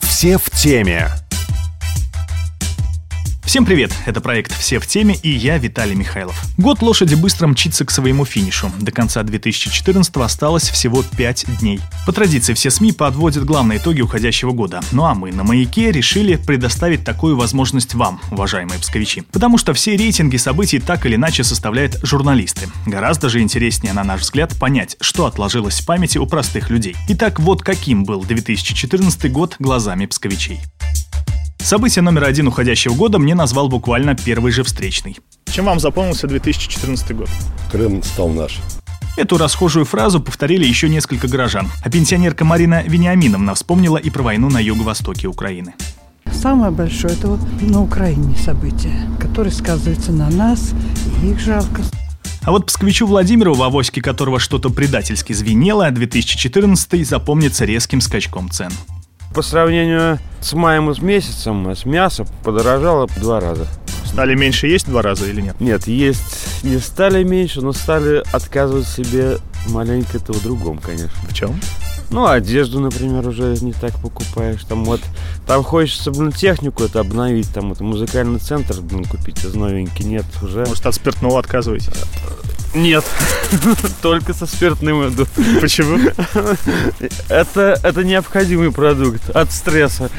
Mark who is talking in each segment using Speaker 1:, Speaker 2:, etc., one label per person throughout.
Speaker 1: Все в теме.
Speaker 2: Всем привет! Это проект «Все в теме» и я, Виталий Михайлов. Год лошади быстро мчится к своему финишу. До конца 2014 осталось всего 5 дней. По традиции все СМИ подводят главные итоги уходящего года. Ну а мы на «Маяке» решили предоставить такую возможность вам, уважаемые псковичи. Потому что все рейтинги событий так или иначе составляют журналисты. Гораздо же интереснее, на наш взгляд, понять, что отложилось в памяти у простых людей. Итак, вот каким был 2014 год глазами псковичей. Событие номер один уходящего года мне назвал буквально первый же встречный.
Speaker 3: Чем вам запомнился 2014 год?
Speaker 4: Крым стал наш.
Speaker 2: Эту расхожую фразу повторили еще несколько горожан, а пенсионерка Марина Вениаминовна вспомнила и про войну на юго-востоке Украины.
Speaker 5: Самое большое это вот на Украине событие, которое сказывается на нас, и их жалко.
Speaker 2: А вот псковичу Владимиру, в авоське которого что-то предательски звенело, 2014 запомнится резким скачком цен.
Speaker 6: По сравнению с маем и с месяцем, с мясо подорожало в два раза.
Speaker 3: Стали меньше есть в два раза или нет?
Speaker 6: Нет, есть не стали меньше, но стали отказывать себе маленько это в другом, конечно.
Speaker 3: В чем?
Speaker 6: Ну, одежду, например, уже не так покупаешь. Там вот, там хочется, блин, технику это обновить, там вот музыкальный центр, блин, купить из новенький. Нет, уже...
Speaker 3: Может, от спиртного отказываетесь?
Speaker 6: Нет, только со спиртным иду.
Speaker 3: Почему?
Speaker 6: Это, это необходимый продукт от стресса.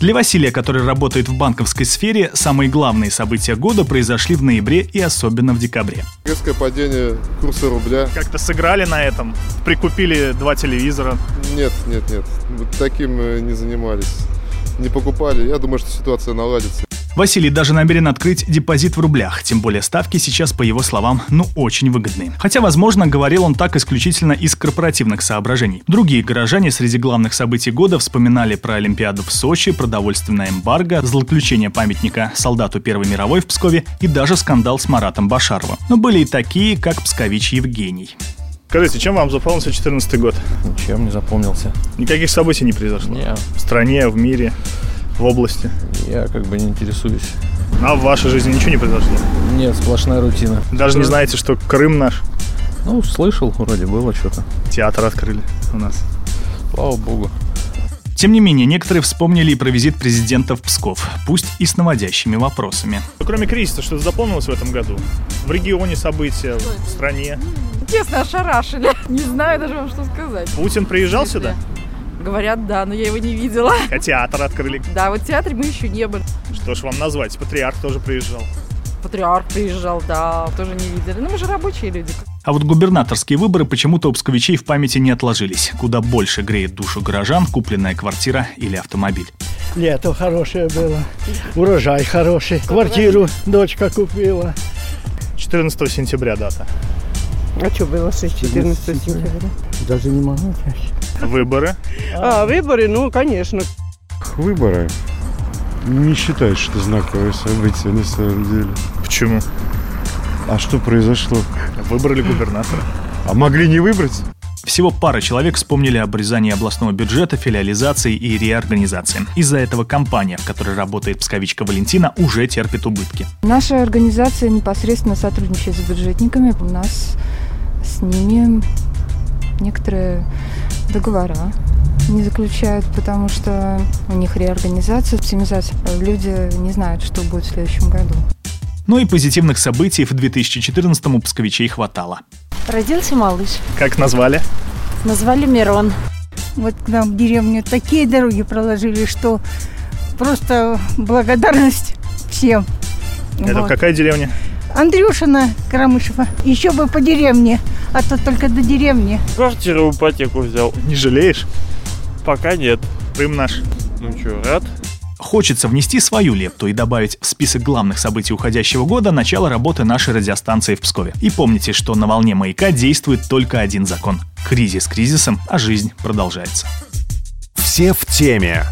Speaker 2: Для Василия, который работает в банковской сфере, самые главные события года произошли в ноябре и особенно в декабре.
Speaker 4: Резкое падение курса рубля.
Speaker 3: Как-то сыграли на этом, прикупили два телевизора.
Speaker 4: Нет, нет, нет. Вот таким э, не занимались. Не покупали. Я думаю, что ситуация наладится.
Speaker 2: Василий даже намерен открыть депозит в рублях, тем более ставки сейчас, по его словам, ну очень выгодные. Хотя, возможно, говорил он так исключительно из корпоративных соображений. Другие горожане среди главных событий года вспоминали про Олимпиаду в Сочи, продовольственное эмбарго, злоключение памятника солдату Первой мировой в Пскове и даже скандал с Маратом Башаровым. Но были и такие, как пскович Евгений.
Speaker 3: Скажите, чем вам запомнился 2014 год?
Speaker 7: Ничем не запомнился.
Speaker 3: Никаких событий не произошло?
Speaker 7: Не,
Speaker 3: В стране, в мире, в области.
Speaker 7: я как бы не интересуюсь.
Speaker 3: А в вашей жизни ничего не произошло?
Speaker 7: Нет, сплошная рутина.
Speaker 3: Даже не знаете, что Крым наш?
Speaker 7: Ну, слышал, вроде было что-то.
Speaker 3: Театр открыли у нас.
Speaker 7: Слава богу.
Speaker 2: Тем не менее, некоторые вспомнили и про визит президента в Псков, пусть и с наводящими вопросами.
Speaker 3: Ну, Кроме кризиса, что запомнилось в этом году? В регионе события, в стране.
Speaker 8: Честно, ошарашили. Не знаю даже вам, что сказать.
Speaker 3: Путин приезжал сюда,
Speaker 8: Говорят, да, но я его не видела.
Speaker 3: а театр открыли.
Speaker 8: Да, вот в театре мы еще не были.
Speaker 3: Что ж вам назвать? Патриарх тоже приезжал.
Speaker 8: Патриарх приезжал, да, тоже не видели. Ну, мы же рабочие люди.
Speaker 2: А вот губернаторские выборы почему-то у псковичей в памяти не отложились. Куда больше греет душу горожан купленная квартира или автомобиль.
Speaker 9: Лето хорошее было, урожай хороший, квартиру дочка купила.
Speaker 3: 14 сентября дата.
Speaker 10: А что было 14 сентября?
Speaker 9: Даже не могу.
Speaker 3: Выборы.
Speaker 10: А, выборы, ну, конечно.
Speaker 4: Выборы. Не считаю, что знаковое событие на самом деле.
Speaker 3: Почему?
Speaker 4: А что произошло?
Speaker 3: Выбрали губернатора.
Speaker 4: А могли не выбрать?
Speaker 2: Всего пара человек вспомнили об обрезании областного бюджета, филиализации и реорганизации. Из-за этого компания, в которой работает псковичка Валентина, уже терпит убытки.
Speaker 11: Наша организация непосредственно сотрудничает с бюджетниками. У нас с ними некоторые договора не заключают, потому что у них реорганизация, оптимизация. Люди не знают, что будет в следующем году.
Speaker 2: Но Ну и позитивных событий в 2014 у псковичей хватало.
Speaker 12: Родился малыш.
Speaker 3: Как назвали?
Speaker 12: Назвали Мирон.
Speaker 5: Вот к нам в деревню такие дороги проложили, что просто благодарность всем.
Speaker 3: Это
Speaker 5: Вот.
Speaker 3: какая деревня?
Speaker 5: Андрюшина Карамышева. Еще бы по деревне, а то только до деревни.
Speaker 6: Квартиру в ипотеку взял.
Speaker 3: Не жалеешь?
Speaker 6: Пока нет.
Speaker 3: Крым наш.
Speaker 6: Ну что, рад?
Speaker 2: Хочется внести свою лепту и добавить в список главных событий уходящего года начало работы нашей радиостанции в Пскове. И помните, что на волне маяка действует только один закон. Кризис кризисом, а жизнь продолжается.
Speaker 1: Все в теме.